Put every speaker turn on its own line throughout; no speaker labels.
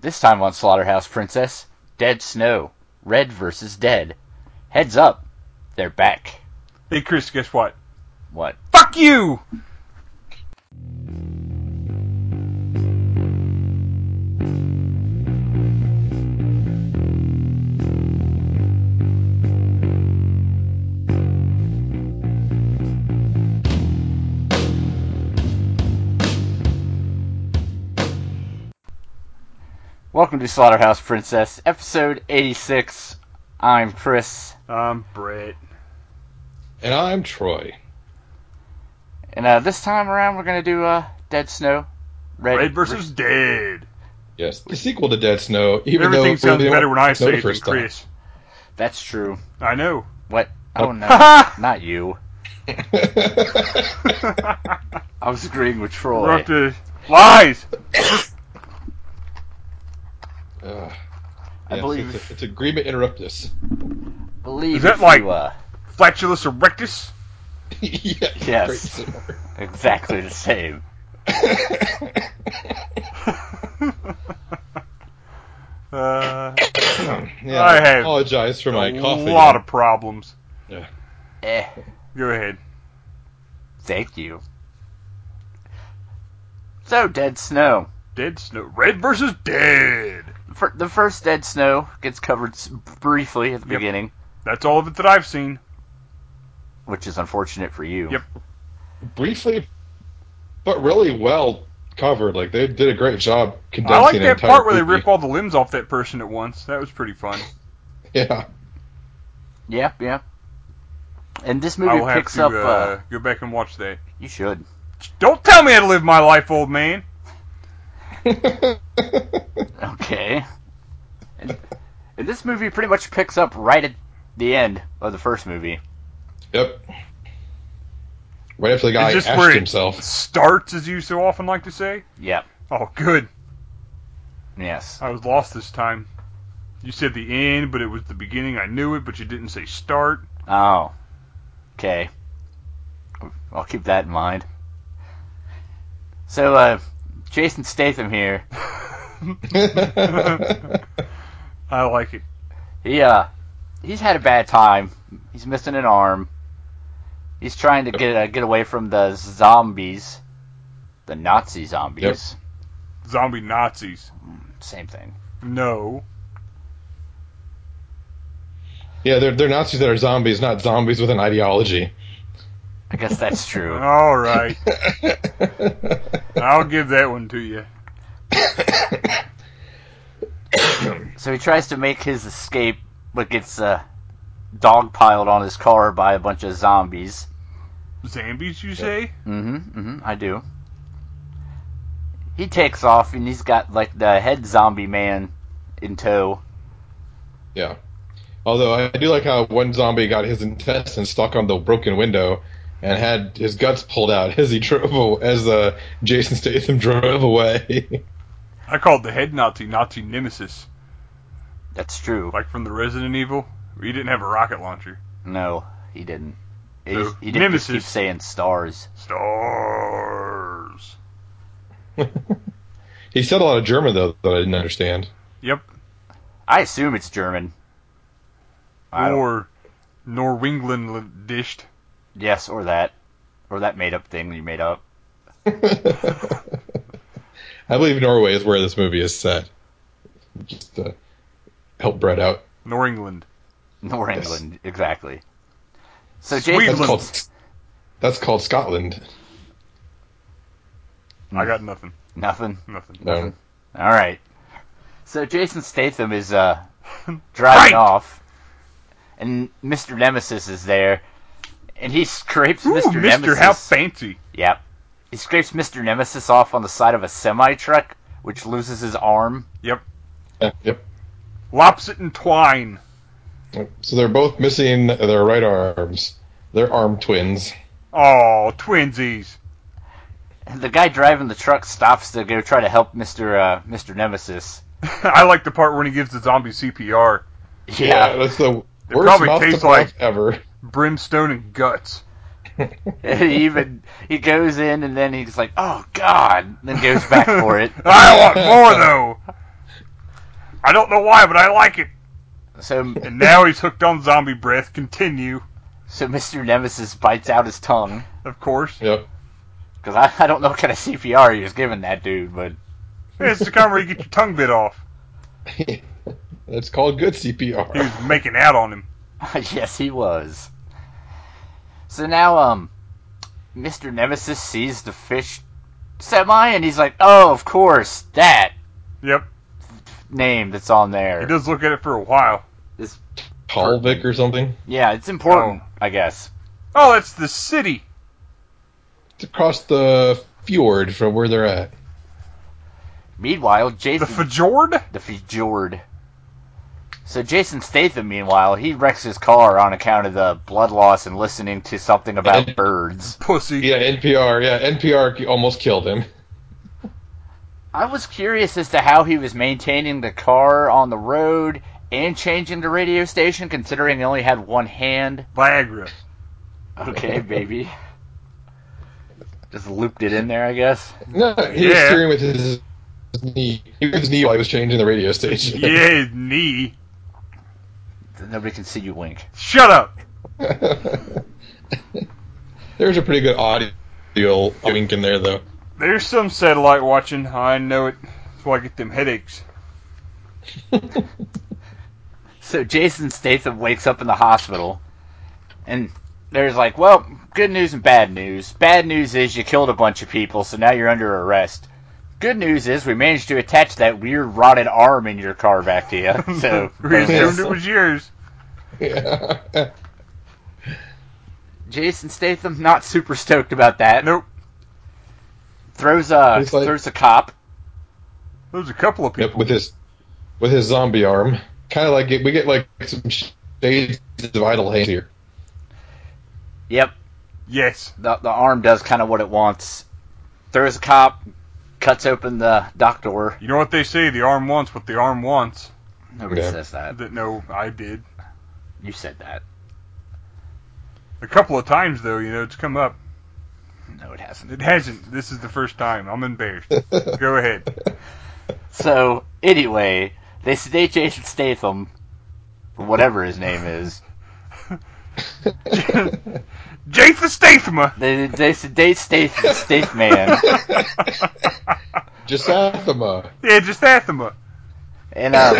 This time on Slaughterhouse Princess, Dead Snow, Red versus Dead. Heads up, they're back.
Hey, Chris, guess what?
What?
Fuck you!
Welcome to Slaughterhouse Princess, episode 86. I'm Chris,
I'm Um, Brett.
And I'm Troy.
and uh, this time around we're gonna do uh, Dead Snow, Red,
Red versus Dead.
Yes, the sequel to Dead Snow. Even
Everything
though
sounds better when I say it than
first time.
Chris.
That's true.
I know.
What? Oh
Oh.
no, not you. I was agreeing with
We're
Troy.
up to lies.
Ugh.
I
Yes,
believe-
it's, a, it's agreement interrupt us.
Believe
Is that
if
like-
you, uh,
Flatulus erectus.
yeah,
Yes.
great similar.
exactly the same.
Uh,
yeah,
I
I
have
apologize for my
a
coughing.
lot of problems.
Eh,
Go ahead.
thank you. So, Dead Snow.
Dead snow. Red versus dead.
Fir- the first Dead Snow gets covered s- briefly at the
Yep.
beginning,
That's all of it that I've seen.
which is unfortunate for you.
Yep.
briefly, but really well covered. Like they did a great job condensing.
I like
an
that
entire
part where they
movie.
rip all the limbs off that person at once. That was pretty fun.
Yeah,
Yep, yep. And this
I
movie
will have
picks
to
up.
uh,
uh,
go back and watch that.
you should.
Don't tell me how to live my life, old man.
Okay. And, and this movie pretty much picks up right at the end of the first movie.
yep. Right after the guy
just
ashed
where it-
himself.
Starts, as you so often like to say.
Yep.
Oh, good.
Yes.
I was lost this time. You said the end, but it was the beginning. I knew it, but you didn't say start.
Oh. Okay. I'll keep that in mind. So, uh, Jason Statham here,
I like it.
he, uh, he's had a bad time. He's missing an arm. He's trying to get uh, get away from the zombies, the Nazi zombies.
Zombie Nazis.
Same thing.
No.
yeah, they're they're Nazis that are zombies, not zombies with an ideology.
I guess that's true.
All right. I'll give that one to you.
So he tries to make his escape, but gets uh, dogpiled on his car by a bunch of zombies.
Zambies, you say?
hmm hmm I do. He takes off, and he's got like the head zombie man in tow.
Yeah. Although I do like how one zombie got his intestines stuck on the broken window and had his guts pulled out as he drove aw- as uh, Jason Statham drove away.
I called the head Nazi Nazi Nemesis,
That's true.
like from the Resident Evil. He didn't have a rocket launcher.
No, he didn't. He,
No.
he didn't just keep
Nemesis.
saying stars.
Stars.
he said a lot of German though that I didn't understand.
Yep.
I assume it's German. I don't-
Or Norwingland dished.
yes, or that, or that made-up thing you made up.
I believe Norway is where this movie is set. Just to help Brett out.
Nor England.
Nor
Yes.
England, exactly. So
That's
Jason,
Sweden.
called that's called Scotland.
Mm.
I got nothing.
nothing.
Nothing.
No.
All right. So Jason Statham is uh, driving
Right.
off, and Mr. Nemesis is there, and he scrapes
Ooh,
Mr.
Mr.
Nemesis.
How fancy.
yep. He scrapes Mr. Nemesis off on the side of a semi truck, which loses his arm.
Yeah, yep.
Lops it in twine.
So they're both missing their right arms. They're arm twins.
Oh, twinsies.
And the guy driving the truck stops to go try to help Mr. Uh, Mr. Nemesis.
I like the part when he gives the zombie CPR.
Yeah, that's the
It
worst
probably
mouth to
tastes
mouth
like-
ever.
Brimstone and guts.
he even he goes in and then he's like, "Oh God!" and then goes back for it.
I want more though. I don't know why, but I like it.
So,
And now he's hooked on zombie breath. Continue,
so Mr. Nemesis bites out his tongue
of course.
Yep.
because I, I don't know what kind of CPR he was giving that dude, but
It's the kind where you get your tongue bit off.
That's called good
He
CPR.
was making out on him.
yes, he was. So now, um, Mr. Nemesis sees the fish semi, and he's like, "Oh, of course, that
Yep.
name that's on
He
there.
does look at it for a while.
Talvik or something.
Yeah, it's important, I guess."
Oh, that's the city.
It's across the fjord from where they're at.
Meanwhile,
The
Jason
Fjord?
the Fjord. So Jason Statham, meanwhile, he wrecks his car on account of the blood loss and listening to something about birds.
Pussy.
Yeah, NPR. Yeah, NPR almost killed him.
I was curious as to how he was maintaining the car on the road and changing the radio station, considering he only had one hand.
Viagra.
Okay, baby. Just looped it in there, I guess.
No, he was
Yeah.
steering with his, his knee. He was his knee while he was changing the radio station.
Yeah, his knee.
Nobody can see you wink.
Shut up.
There's a pretty good audio wink in there, though.
There's some satellite watching. I know it. That's why I get them headaches.
So Jason Statham wakes up in the hospital, and there's like, well, good news and bad news. Bad news is you killed a bunch of people, so now you're under arrest. Good news is we managed to attach that weird rotted arm in your car back to you. So
we
bonus.
assumed it was yours.
Yeah.
Jason Statham not super stoked about that.
Nope.
Throws a
He's like-
throws a cop.
There's a couple of people.
Yep, with his with his zombie arm, kind of like it, we get like some shades of idle hands here.
Yep,
Yes.
the the arm does kind of what it wants. Throws a cop, cuts open the dock door.
You know what they say? The arm wants what the arm wants.
Nobody
Yeah.
says that.
That no, I did.
You said that.
A couple of times though, you know, it's come up.
No, it hasn't.
It hasn't. This is the first time. I'm embarrassed. Go ahead.
So anyway, they sedate Jason Statham, whatever his name is.
Jason Statham.
They they sedate Statham, Statham man,
Jasathema.
Yeah, just Athema.
and um,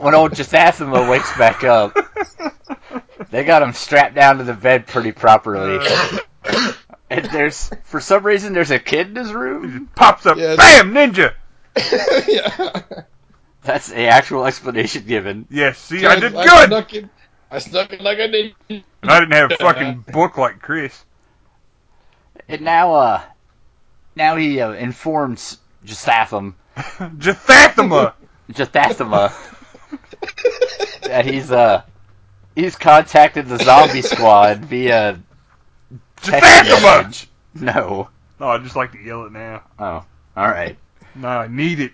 when old Jasathema wakes back up, they got him strapped down to the bed pretty properly. And there's for some reason there's a kid in his room.
Pops up.
Yeah,
Bam, ninja.
yeah.
That's the actual explanation given.
Yes. See, I did
I
good.
snuck in, I snuck in like I did.
I didn't have a fucking book like Chris.
And now uh, now he uh, informs Jasatham
Jathathema.
Jathathema that he's uh he's contacted the zombie squad via text
Jathathema.
message. No.
Oh, I just like to yell it now.
Oh. Alright.
No, I need it.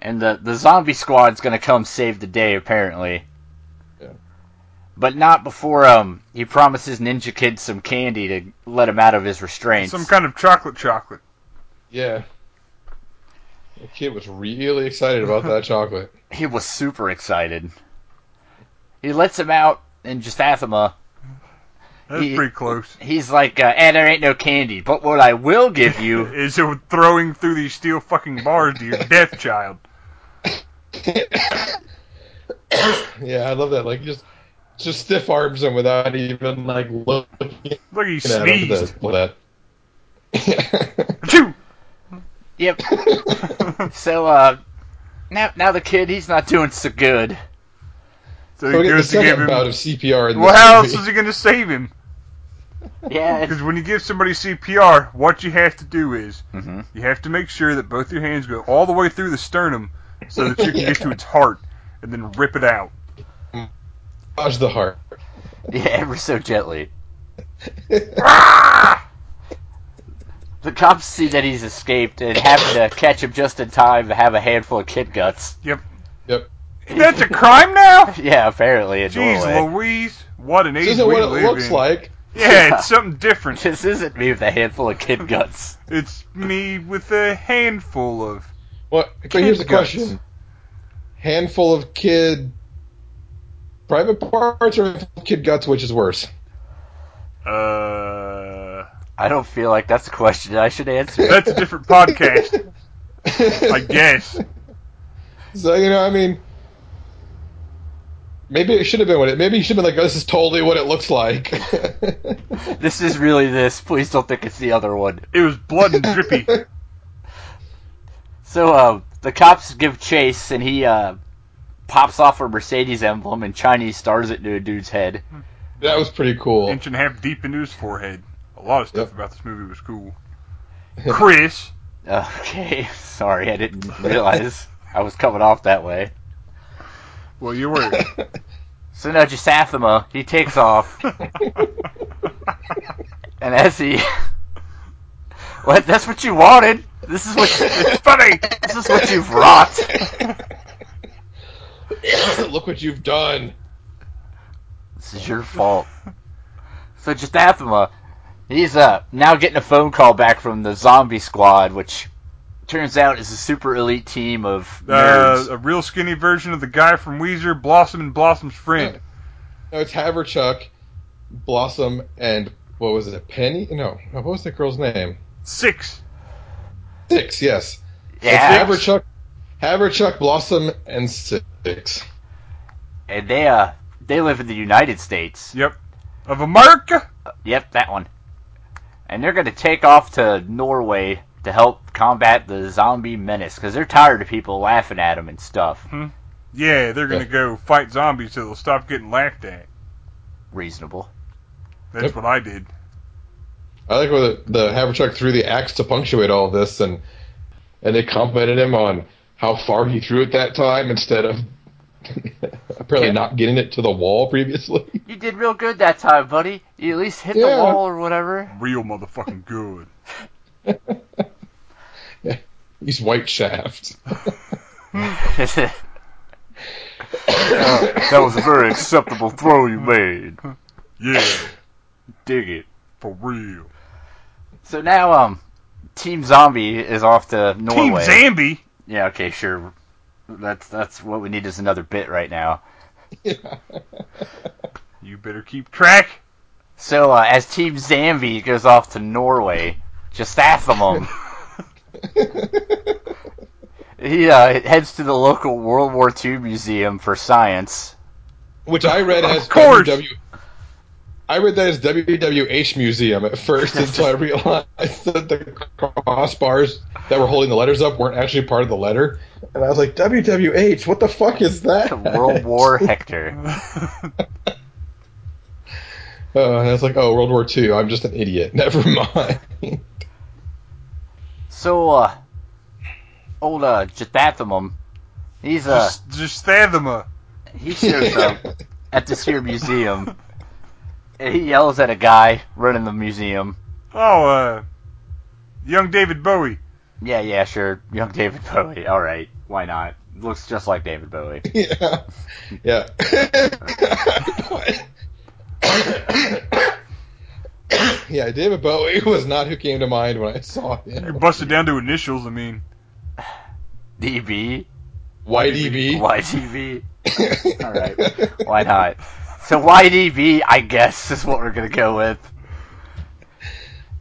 And the the zombie squad's gonna come save the day apparently.
Yeah.
But not before um he promises Ninja Kid some candy to let him out of his restraints.
Some kind of chocolate chocolate.
Yeah. The kid was really excited about that chocolate.
he was super excited. He lets him out and Jathathema
That's
He-
pretty close.
He's like, uh, and there ain't no candy, but what I will give you
Is it throwing through these steel fucking bars to your death, child?
Yeah, I love that. Like just just stiff arms and without even like looking
Look, he
at him.
sneezed.
That.
Achoo!
Yep. so uh now now the kid he's not doing so good.
So
So
he
we get the
goes to give
second
him.
bout of CPR. In
Well,
this
how else
movie.
is he going to save him?
Yeah.
Because when you give somebody CPR, what you have to do is
mm-hmm.
you have to make sure that both your hands go all the way through the sternum so that you can get to its heart and then rip it out.
Massage the heart.
Yeah, ever so gently.
Ah!
The cops see that he's escaped and happen to catch him just in time to have a handful of kid guts.
Yep.
That's a crime now?
Yeah, apparently in
Jeez
Norway.
Louise, what an
This
age
isn't
we
what it
live
looks
in.
like.
Yeah, it's something different.
This isn't me with a handful of kid guts.
It's me with a handful of
Well, but here's the
Kid guts.
question: handful of kid private parts or kid guts, which is worse?
Uh,
I don't feel like that's a question I should answer.
that's a different podcast, I guess.
So you know, I mean, maybe it should have been what it. Maybe you should have been like, oh, "This is totally what it looks like."
this is really this. Please don't think it's the other one.
It was blood and drippy.
So uh, the cops give chase, and he uh, pops off a Mercedes emblem and Chinese stars it to a dude's head.
that was pretty cool.
inch and a half deep into his forehead. A lot of stuff
Yep.
about this movie was cool. Chris,
Okay, sorry, I didn't realize I was coming off that way.
well, you were.
So now Jasathima, he takes off, and as he, what? That's what you wanted. This is what it's funny. This is what you've wrought.
Look what you've done.
This is your fault. So Jasathima, he's uh now getting a phone call back from the Zombie Squad, which turns out is a super elite team of
Uh,
nerds.
a real skinny version of the guy from Weezer, Blossom and Blossom's friend.
No, it's Haverchuck, Blossom, and what was it? Penny? No, no, what was that girl's name?
Six.
Six. Yes.
yeah,
It's Haverchuck, Haverchuck, Blossom, and Six.
and they uh they live in the United States.
Yep. Of America.
Yep, that one. And they're going to take off to Norway to help combat the zombie menace because they're tired of people laughing at them and stuff.
Yeah, they're gonna
Yeah.
go fight zombies so they'll stop getting laughed at.
Reasonable.
That's
Yep.
what I did.
I like where the, the Haverchuck threw the axe to punctuate all this, and and they complimented him on how far he threw it that time instead of apparently
Yeah.
not getting it to the wall previously.
You did real good that time, buddy. You at least hit
Yeah.
the wall or whatever.
Real motherfucking good.
He's white shaft.
that was a very acceptable throw you made.
Yeah,
Dig it.
for real.
So now, um, Team Zombie is off to
Team
Norway.
Zambi.
yeah, okay, sure. That's that's what we need is another bit right now.
You better keep track.
So uh, as Team Zambi goes off to Norway, Jastathimum, he uh, heads to the local World War II museum for science.
Which I read
Of
as
course.
WW. I read that as WWH Museum at first until I realized that the crossbars that were holding the letters up weren't actually part of the letter. And I was like, WWH, what the fuck is
The
that?
World War Hector.
Uh, and I was like, oh, World War II. I'm just an idiot. Never mind.
So uh, old uh, Jastathimum, he's uh,
Just, just Stathema.
he shows up at this here museum, and he yells at a guy running the museum.
Oh, uh, young David Bowie.
Yeah, yeah, sure, young David Bowie. All right, why not? Looks just like David Bowie.
yeah. Yeah. yeah, David Bowie was not who came to mind when I saw
You're
him.
busted down to initials. I mean,
DB,
YDB.
YTV. All right. E Why not? So YDB, I guess, is what we're gonna go with.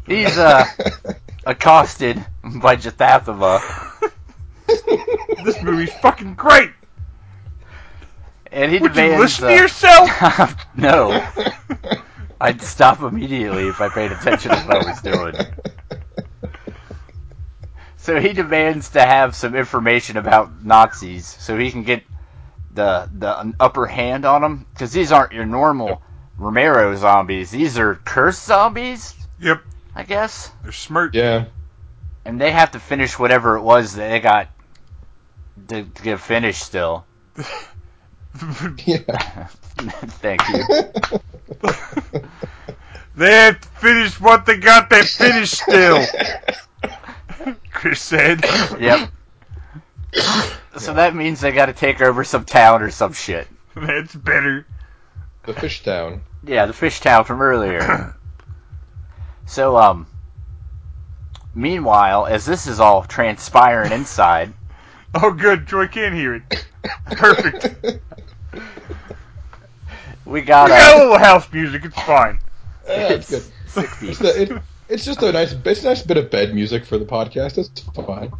He's uh, accosted by Jathathima,
this movie's fucking great.
and he
Would you
demands.
listen to yourself?
uh, no, I'd stop immediately if I paid attention to what I was doing. So he demands to have some information about Nazis, so he can get the the upper hand on them, because these aren't your normal Romero zombies. These are cursed zombies,
Yep,
I guess.
they're smart.
Yeah.
and they have to finish whatever it was that they got to, to get finished still.
Yeah.
Thank you.
they have to finish what they got. They finished still. Chris said.
Yep. So that means they got to take over some town or some shit.
That's better.
The fish town.
Yeah, the fish town from earlier. so, um, meanwhile, as this is all transpiring inside,
Oh, good. Joy can hear it. Perfect.
We got
We got a
a
little house music. It's fine.
Yeah, it's good. It's,
sixty.
a- it- it's just a nice, it's a nice bit of bed music for the podcast. It's fine.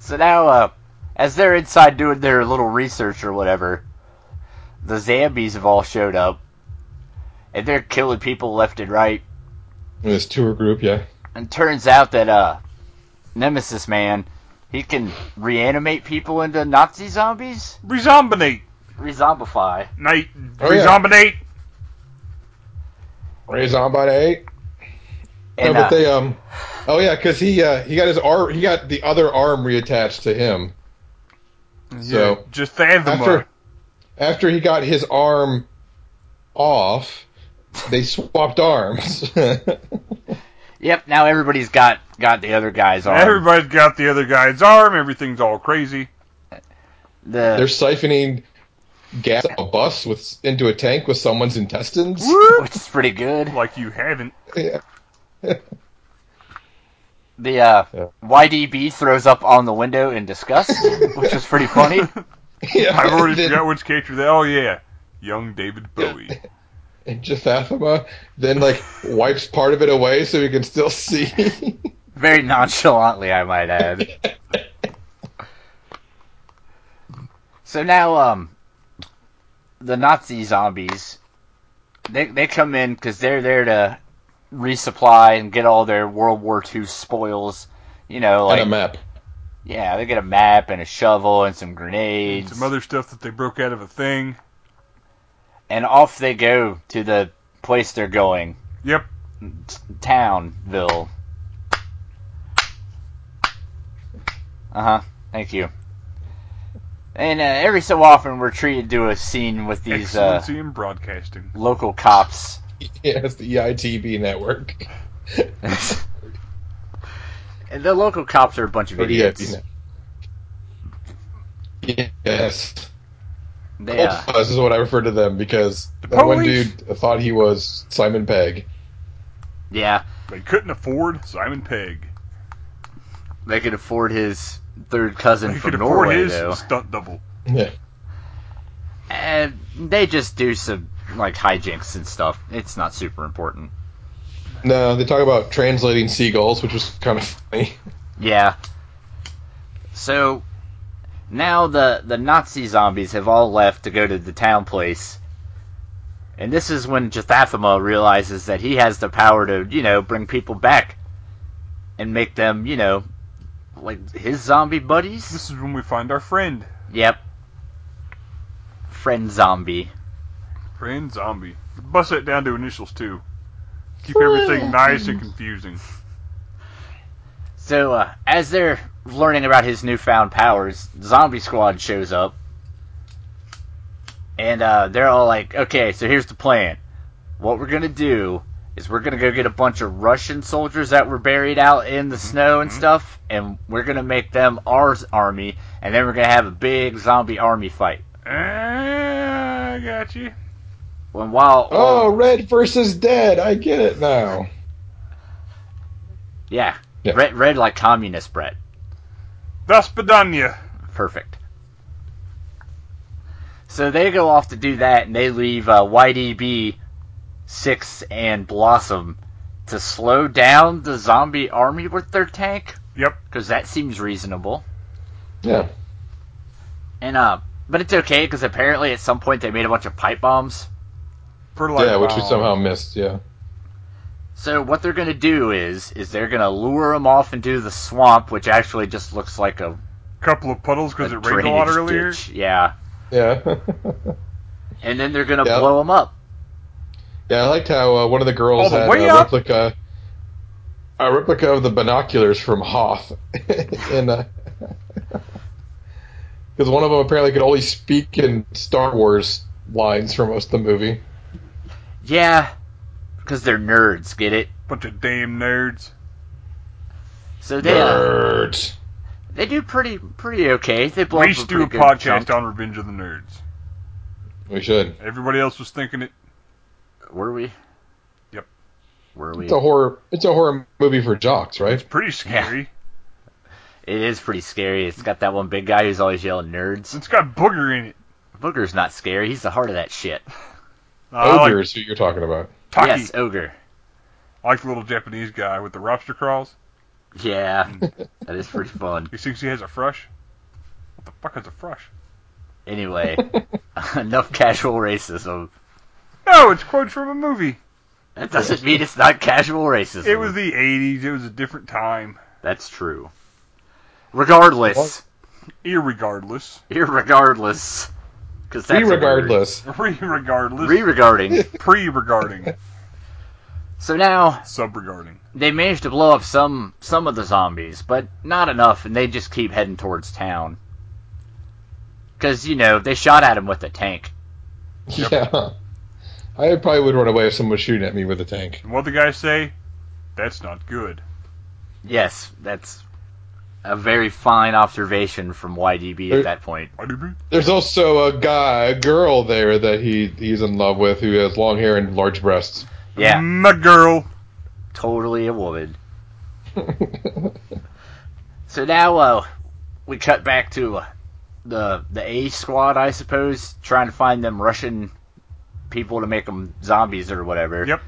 So now, uh, as they're inside doing their little research or whatever, the zombies have all showed up, and they're killing people left and right.
This tour group, yeah.
And turns out that uh, Nemesis Man, he can reanimate people into Nazi zombies,
Rezombinate.
rezombify.
Night.
Oh, yeah.
Rezombinate.
Raise on by eight. No,
And
but
uh,
they um. Oh yeah, because he uh, he got his arm, he got the other arm reattached to him. So-
Yeah, just fathom
After-
it.
After he got his arm off, they swapped arms.
yep, now everybody's got got the other guy's arm.
Everybody's got the other guy's arm. Everything's all crazy.
They're
the,
siphoning gas out of a bus with into a tank with someone's intestines.
Whoop.
which is pretty good.
like you haven't.
Yeah.
The uh,
Yeah.
YDB throws up on the window in disgust, which is pretty funny.
Yeah,
I've already
and then-
forgot which character that. Oh yeah, young David Bowie.
And Jephathima then like wipes part of it away so he can still see.
Very nonchalantly, I might add. So now, um, the Nazi zombies, they they come in because they're there to resupply and get all their World War II spoils. You know,
on
like
a map.
yeah, they get a map and a shovel and some grenades,
Some other stuff that they broke out of a thing.
and off they go to the place they're going,
Yep.
Townville. Uh huh. Thank you. And uh, every so often, we're treated to a scene with these uh,
Excellency in broadcasting.
local cops.
Yeah, it's the E EITB network.
and the local cops are a bunch of
Or
idiots.
EITB network. Yes.
They, uh,
Cult Fuzz is what I refer to them because that one
police.
dude thought he was Simon Pegg.
yeah,
They couldn't afford Simon Pegg.
they could afford his third cousin
They
from
could afford
Norway,
his
though.
stunt double.
Yeah.
And they just do some like hijinks and stuff. It's not super important.
No, they talk about translating seagulls, which was kind of funny.
Yeah. So now the the Nazi zombies have all left to go to the town place. And this is when Jathathima realizes that he has the power to, you know, bring people back and make them, you know, like his zombie buddies.
This is when we find our friend,
Yep. Friend zombie.
friend zombie. Bust that down to initials too. Keep everything nice and confusing.
So uh, as they're learning about his newfound powers, Zombie Squad shows up, and uh, they're all like, "Okay, so here's the plan. What we're gonna do is we're gonna go get a bunch of Russian soldiers that were buried out in
Mm-hmm.
the snow and stuff, and we're gonna make them our army, and then we're gonna have a big zombie army fight."
Ah, I got you.
When while
Oh, Red versus Dead. I get it now.
yeah,
Yeah.
Red, red like communist Brett,
Das Badania.
perfect. So they go off to do that, and they leave uh, YDB six and Blossom to slow down the zombie army with their tank.
Yep.
because that seems reasonable.
Yeah.
And uh, but it's okay because apparently at some point they made a bunch of pipe bombs.
For like
Yeah, which we
wow.
somehow missed. Yeah.
So what they're gonna do is is they're gonna lure them off into the swamp, which actually just looks like a,
couple of puddles
a
because it rained a lot
drainage
earlier.
ditch. Yeah,
Yeah.
and then they're gonna
Yeah.
blow them up.
yeah, I liked how uh, one of the girls
All Oh, the
had
way
a
up?
replica, a replica of the binoculars from Hoth, and because one of them apparently could only speak in Star Wars lines for most of the movie.
Yeah, because they're nerds, get it?
Bunch of damn nerds.
So they uh,
Nerds.
they do pretty pretty okay. They blow
We
up a
should do a
pretty good
podcast
chunk.
on Revenge of the Nerds.
We should.
Everybody else was thinking it.
Were we?
Yep.
Were we?
It's a horror. It's a horror movie for jocks, right?
Pretty scary.
It is pretty scary. It's got that one big guy who's always yelling nerds.
It's got booger in it.
Booger's not scary. He's the heart of that shit.
I
Ogre
like
is who you're talking about.
Taki.
Yes, ogre.
I like the little Japanese guy with the lobster claws.
Yeah, that is pretty fun.
He thinks he has a frush. What the fuck is a frush?
Anyway, enough casual racism.
No, it's quotes from a movie.
That doesn't mean it's not casual racism.
It was the 80s. It was a different time.
That's true. Regardless,
Irregardless.
irregardless, because that's
Regardless,
Re-regardless.
re-regarding.
Pre-regarding.
So now
Sub-regarding.
they managed to blow up some some of the zombies, but not enough, and they just keep heading towards town. Because you know they shot at him with a tank.
yeah. I probably would run away if someone was shooting at me with a tank.
And what the guys say? That's not good.
Yes, that's a very fine observation from YDB at that point.
What do you mean?
There's also a guy, a girl there that he he's in love with who has long hair and large breasts.
Yeah,
My girl.
totally a woman. So now uh, we cut back to uh, the the A squad, I suppose, trying to find them Russian people to make them zombies or whatever.
Yep.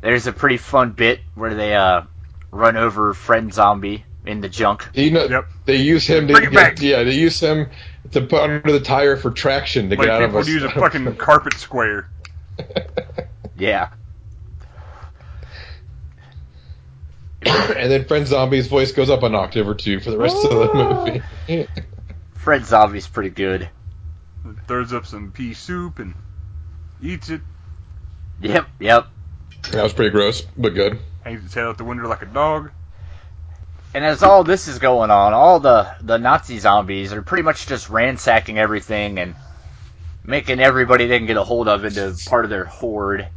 There's a pretty fun bit where they uh, run over friend zombie in the junk.
you know,
Yep.
they use him to
Bring it back.
get, yeah, they use him to put under the tire for traction to
Like
get out of
people
a
would use a fucking carpet square.
Yeah.
and then friend zombie's voice goes up an octave or two for the rest of the movie.
Friend zombie's pretty good.
Throws up some pea soup and eats it.
Yep, yep.
that was pretty gross, but good.
Hangs its head out the window like a dog.
And as all this is going on, all the, the Nazi zombies are pretty much just ransacking everything and making everybody they can get a hold of into part of their horde,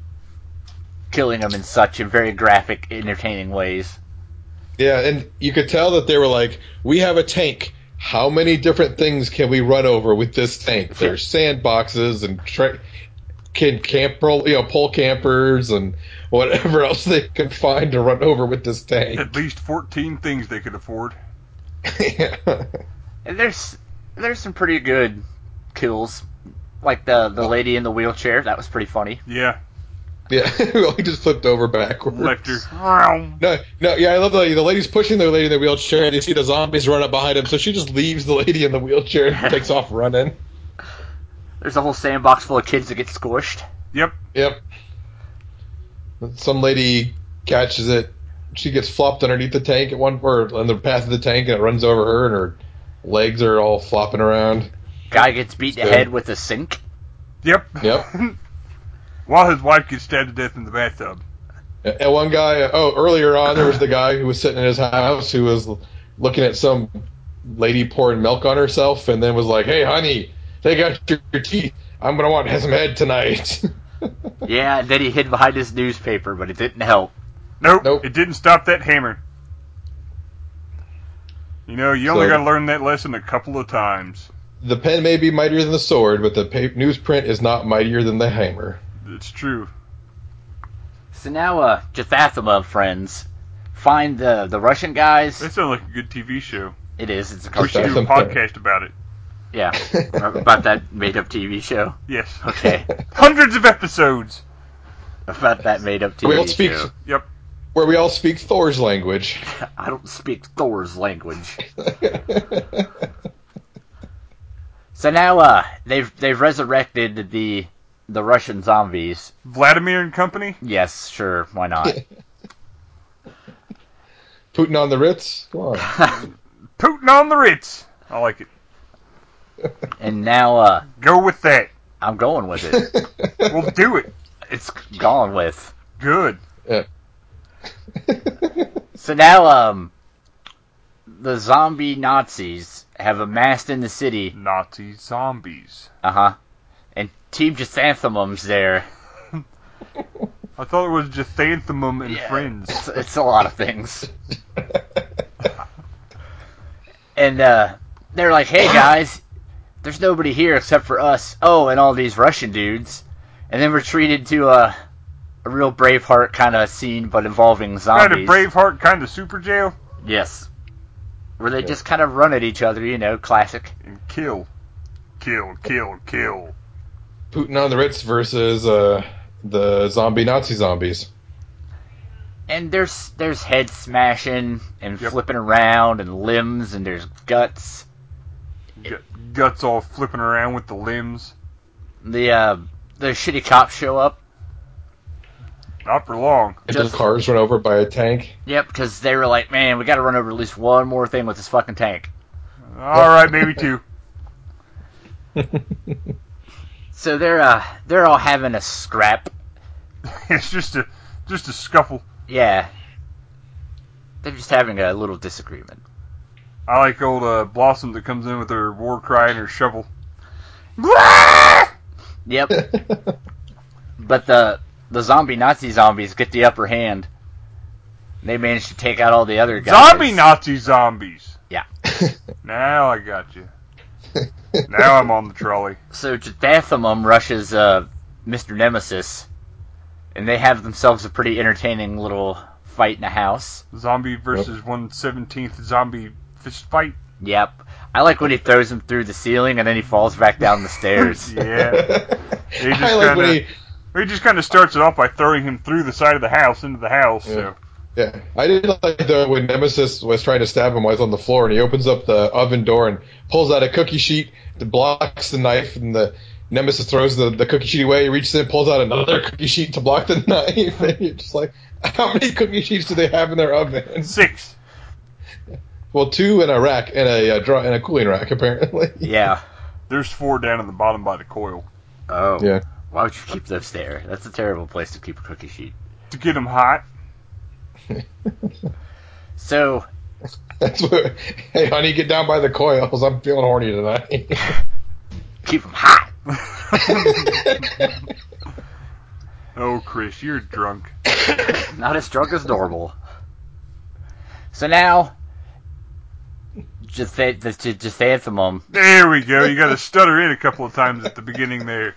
killing them and such in very graphic, entertaining ways.
Yeah, and you could tell that they were like, "We have a tank. How many different things can we run over with this tank? There's sandboxes and tra- can camper, you know, pole campers and whatever else they can find to run over with this tank."
At least 14 things they could afford.
And there's there's some pretty good kills, like the the lady in the wheelchair. That was pretty funny.
Yeah.
yeah, well, he just flipped over backwards.
Left her.
No, no, yeah, I love the the lady's pushing the lady in the wheelchair, and you see the zombies run up behind him. So she just leaves the lady in the wheelchair and takes off running.
There's a whole sandbox full of kids that get squished.
Yep.
Yep. Some lady catches it. She gets flopped underneath the tank at one or on the path of the tank, and it runs over her, and her legs are all flopping around.
Guy gets beat in the
Yeah.
head with a sink.
Yep.
Yep.
While his wife gets stabbed to death in the bathtub.
And one guy, oh, earlier on there was the guy who was sitting in his house who was looking at some lady pouring milk on herself, and then was like, "Hey, honey, take out your, your teeth. I'm gonna want some head tonight."
Yeah, and then he hid behind his newspaper, but it didn't help.
Nope.
Nope.
It didn't stop that hammer. You know, you only
So-
got to learn that lesson a couple of times.
the pen may be mightier than the sword, but the pa- newsprint is not mightier than the hammer.
It's true.
So now, uh, Jathathema friends find the the Russian guys.
That sounds like a good TV show.
It is. It's a
We should
cartoon.
do a
Jathathema.
podcast about it.
Yeah, about that made-up TV show.
Yes.
Okay,
Hundreds of episodes.
about that made-up TV
We all speak
show.
Yep.
where we all speak Thor's language.
I don't speak Thor's language. So now, uh, they've they've resurrected the the Russian zombies.
Vladimir and Company.
Yes, sure, why not?
Putin on the Ritz. Come on.
Putin on the Ritz. I like it.
and now, uh,
Go with that.
I'm going with it.
We'll do it.
it's gone with.
Good.
So now, um, the zombie Nazis have amassed in the city.
Nazi zombies.
Uh huh. And Team Chrysanthemum's there.
I thought it was Jathanthemum and
Yeah.
Friends.
It's, it's a lot of things. And, uh, they're like, hey guys, there's nobody here except for us. Oh, and all these Russian dudes. And then we're treated to a, a real Braveheart kind of scene, but involving
Kind of
zombies.
Braveheart, kind of Super Jail.
Yes. where they just kind of run at each other, you know, classic.
and kill, kill, kill, kill.
Putin on the Ritz versus uh, the zombie Nazi zombies.
And there's there's head smashing and
Yep.
flipping around and limbs and there's guts.
Gut- guts all flipping around with the limbs.
The uh, the shitty cops show up.
Not for long.
And
Just-
the cars run over by a tank.
Yep, because they were like, man, we got to run over at least one more thing with this fucking tank.
All right, maybe two.
So they're uh, they're all having a scrap.
it's just a just a scuffle.
Yeah, they're just having a little disagreement.
I like old uh, Blossom that comes in with her war cry and her shovel.
Yep. But the the zombie Nazi zombies get the upper hand. They manage to take out all the other guys.
Zombie Nazi zombies. Now I got you. Now I'm on the trolley.
So Jathathamum rushes uh, Mr. Nemesis, and they have themselves a pretty entertaining little fight in a house.
Zombie versus one seventeenth zombie fist fight.
Yep. I like when he throws him through the ceiling and then he falls back down the stairs.
Yeah. just
I like when
kinda-
he,
He just kind of starts it off by throwing him through the side of the house into the house. So
yeah, I did like though when Nemesis was trying to stab him while he's on the floor, and he opens up the oven door and pulls out a cookie sheet, that blocks the knife, and the Nemesis throws the, the cookie sheet away. He reaches in, pulls out another cookie sheet to block the knife. And you're just like, how many cookie sheets do they have in their oven?
six.
Well, two in a rack and a uh, draw and a cooling rack apparently.
yeah.
There's four down in the bottom by the coil
Oh.
Yeah.
Why would you keep those there? That's a terrible place to keep a cookie sheet.
to get him hot.
So
That's what. Hey, honey, get down by the coils. I'm feeling horny tonight.
keep them hot.
Oh, Chris, you're drunk.
Not as drunk as normal. So now, Jatha- the J- Jathathamum,
There we go. You got to stutter in a couple of times at the beginning there.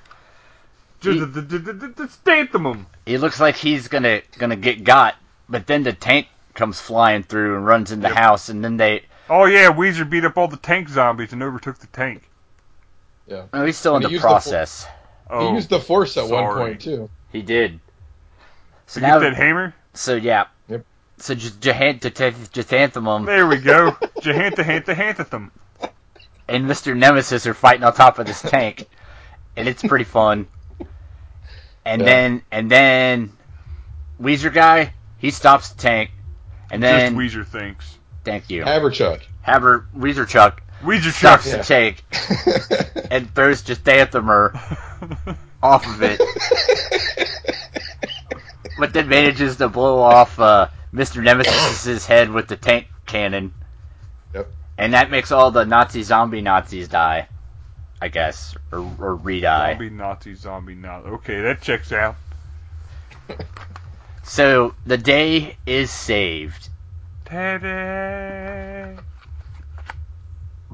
Just the- the- the- the- the Stathamum.
he looks like he's gonna gonna get got, but then the tank comes flying through and runs in the house, and then they
Oh yeah, Weezer beat up all the tank zombies and overtook the tank.
oh he's still in
And he
the
used the full-
process.
Oh,
he used the force at one
sorry.
point too.
he did. So
to
now,
get that hammer.
so yeah.
Yep.
So J- Jahan- Jatha- Jathathamum
There we go. Jahantha hantha hanthathum.
and Mr. Nemesis are fighting on top of this tank, and it's pretty fun. And
Yeah.
then and then, Weezer guy he stops the tank, and
Just
then
Weezer thinks.
thank you
Haverchuck.
Haber Weezer Chuck
Weezer
stops
chucks.
the tank and throws Jathathamer off of it, but then manages to blow off uh, Mr. Nemesis's head with the tank cannon.
Yep.
And that makes all the Nazi zombie Nazis die, I guess, or, or re-die.
Zombie Nazi, zombie Nazi. Okay, that checks out.
So the day is saved,
Ta-da!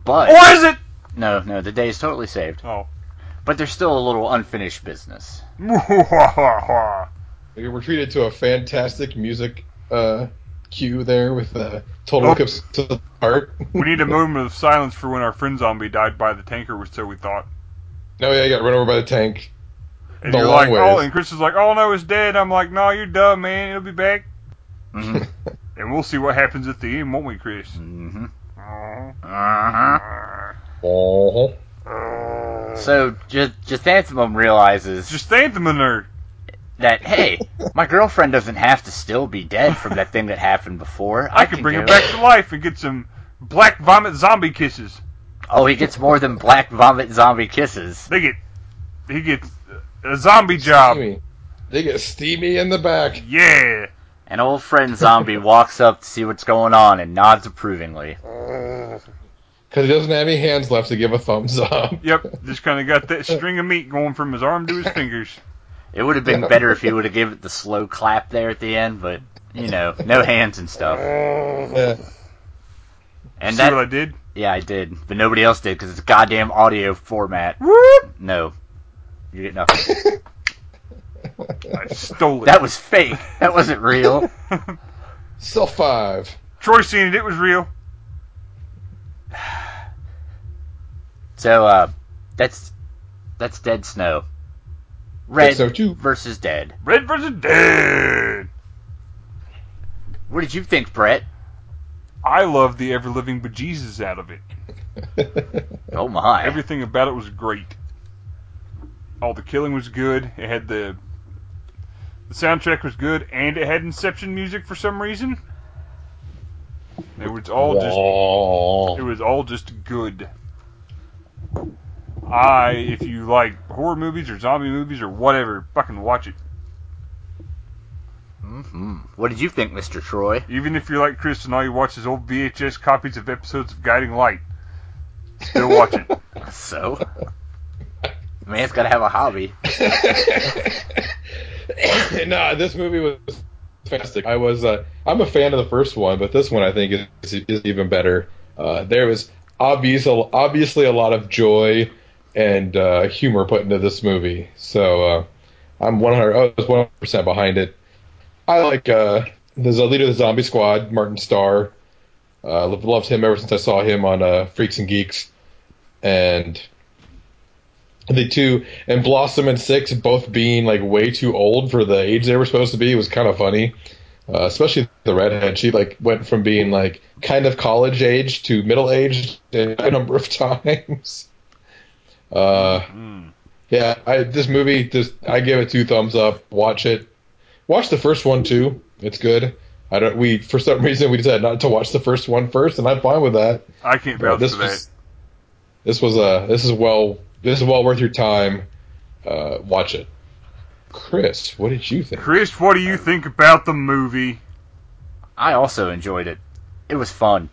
but
Or is it?
no, no, the day is totally saved.
Oh.
But there's still a little unfinished business.
we were treated to a fantastic music uh, cue there with uh, total
Oh.
Eclipse of the heart.
we need a moment of silence for when our friend zombie died by the tanker, which so we thought.
No, yeah, I got run over by the tank.
And
The
you're
long
like,
ways.
oh, and Chris is like, oh no, it's dead. I'm like, no, you're dumb, man. It'll be back. Mm-hmm.
Mhm.
And we'll see what happens at the end, won't we, Chris?
hmm
Uh,
Uh-huh.
uh,
Oh.
uh.
So J- Jathanthemum realizes
just thank the nerd.
that hey, my girlfriend doesn't have to still be dead from that thing that happened before.
I, can bring
go-
it back to life and get some black vomit zombie kisses.
Oh, he gets more than black vomit zombie kisses.
They get, he gets a zombie job.
Steamy. They get steamy in the back.
Yeah.
An old friend zombie walks up to see what's going on and nods approvingly.
Because he doesn't have any hands left to give a thumbs up.
Yep. Just kind of got that string of meat going from his arm to his fingers.
It would have been better if he would have given it the slow clap there at the end, but you know, no hands and stuff.
Yeah.
And
see what I
that,
did?
yeah, I did, but nobody else did because it's goddamn audio format.
Whoop!
No, you get nothing.
I stole it.
That was fake. That wasn't real.
Still five.
Troy seen it. It was real.
So uh, that's that's Dead Snow. Red
so too.
versus Dead.
Red versus Dead.
What did you think, Brett?
I loved the ever living bejesus out of it.
Oh my!
Everything about it was great. All the killing was good. It had the the soundtrack was good, and it had Inception music for some reason. It was all just It
Wall.
was all just good. I, if you like horror movies or zombie movies or whatever, fucking watch it.
hmm What did you think, Mister Troy?
Even if you're like Chris and all you watch is old VHS copies of episodes of Guiding Light, still watch it.
So, the man's got to have a hobby.
nah, this movie was fantastic. I was uh, I'm a fan of the first one, but this one I think is, is even better. Uh, there was obvious, obviously a lot of joy and uh, humor put into this movie, so uh, I'm 100 I was 100 percent behind it. I like uh, the z- leader of the Zombie Squad, Martin Starr. Uh, lo- loved him ever since I saw him on uh, Freaks and Geeks, and the two and Blossom and Six both being like way too old for the age they were supposed to be was kind of funny. Uh, especially the redhead, she like went from being like kind of college age to middle aged a number of times. Uh,
Mm.
yeah, I, this movie just I give it two thumbs up. Watch it. Watch the first one too. It's good. I don't. We for some reason we decided not to watch the first one first, and I'm fine with that.
I can't
Uh,
vouch
this
for that.
was this was uh, this is well this is well worth your time. Uh, watch it, Chris. What did you think?
Chris, what do you think about the movie?
I also enjoyed it. It was fun.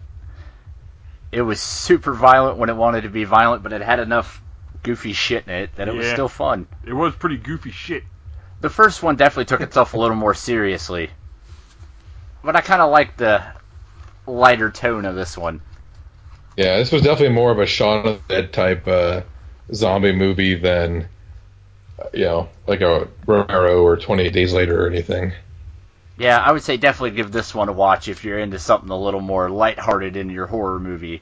It was super violent when it wanted to be violent, but it had enough goofy shit in it that it was
Yeah.
still fun.
It was pretty goofy shit.
The first one definitely took itself a little more seriously, but I kind of liked the lighter tone of this one.
Yeah, this was definitely more of a Shaun of the Dead type uh, zombie movie than uh, you know like a Romero or Twenty Eight Days Later or anything.
Yeah, I would say definitely give this one a watch if you're into something a little more lighthearted in your horror movie,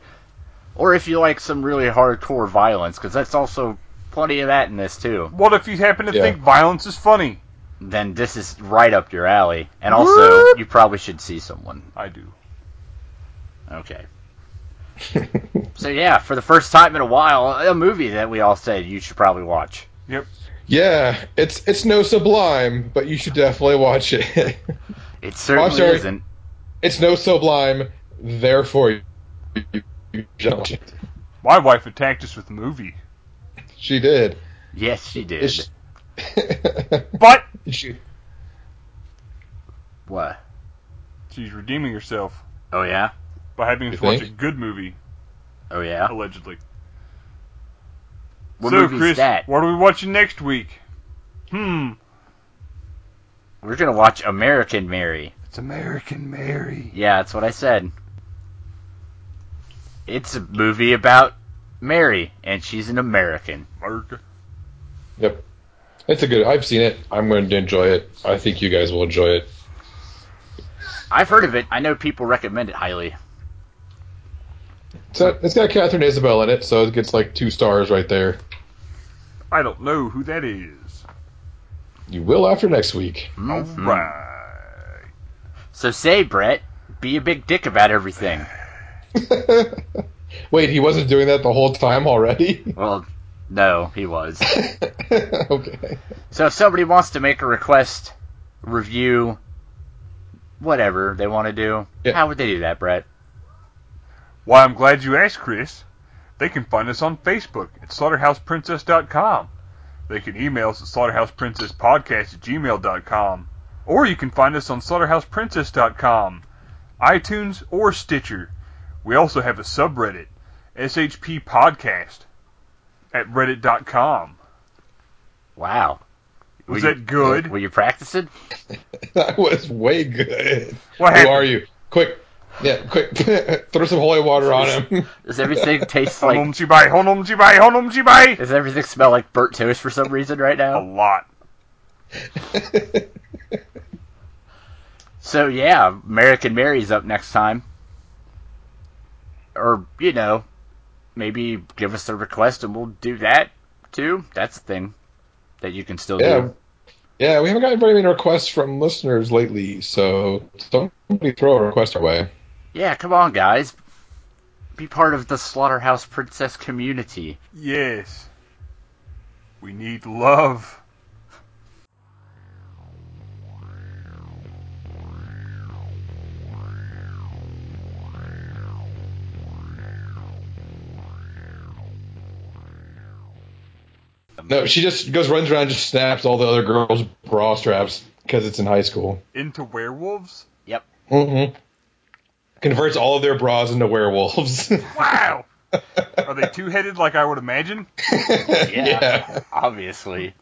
or if you like some really hardcore violence, because that's also plenty of that in this too.
What if you happen to
Yeah.
think violence is funny?
Then this is right up your alley, and also
Whoop.
you probably should see someone.
I do.
Okay. So yeah, for the first time in a while, a movie that we all said you should probably watch.
yeah, it's it's no Sublime, but you should definitely watch it.
It certainly
sorry.
isn't.
it's no Sublime, therefore you, you should watch it.
My wife attacked us with the movie.
She did.
Yes, she did.
It's-
But
she,
What?
she's redeeming herself
Oh yeah.
by having
You
us watch a
think?
good movie,
Oh yeah.
allegedly.
What
so,
movie's
Chris,
that?
what are we watching next week? Hmm.
We're gonna watch American Mary.
It's American Mary.
Yeah, that's what I said. It's a movie about Mary, and she's an American.
America.
yep. It's a good. I've seen it. I'm going to enjoy it. I think you guys will enjoy it.
I've heard of it. I know people recommend it highly.
So it's got Catherine Isabel in it, so it gets like two stars right there.
I don't know who that is.
You will after next week. Hmm.
Mhm.
Right.
So say, Brett, be a big dick about everything.
Wait, he wasn't doing that the whole time already.
Well, no, he was.
okay.
So if somebody wants to make a request, review, whatever they want to do,
Yeah.
how would they do that, Brett?
Why, I'm glad you asked, Chris. They can find us on Facebook at slaughterhouseprincess.com. They can email us at slaughterhouseprincesspodcast at gmail.com. Or you can find us on slaughterhouseprincess.com, iTunes, or Stitcher. We also have a subreddit, SHP Podcast, at reddit.com.
Wow.
Was
Were you-
that good?
Were you practicing?
That was way good.
What
Who
happened?
are you? Quick. Yeah, quick. Throw some holy water on him.
Does everything taste
Honum
Um,
like?
jibai, honum jibai, honum jibai!
Does everything smell like burnt toast for some reason right
A
Oh.
now?
lot.
So yeah, American Mary's up next time. or you know, maybe give us a request and we'll do that too. That's the thing that you can still
Yeah.
do.
Yeah, we haven't gotten very many requests from listeners lately, so somebody throw a request our way.
Yeah, come on, guys, be part of the Slaughterhouse Princess community.
Yes. We need love.
No, she just goes runs around and just snaps all the other girls' bra straps because it's in high school.
Into werewolves?
hmm Converts all of their bras into werewolves.
Wow! Are they two headed like I would imagine?
Yeah, obviously.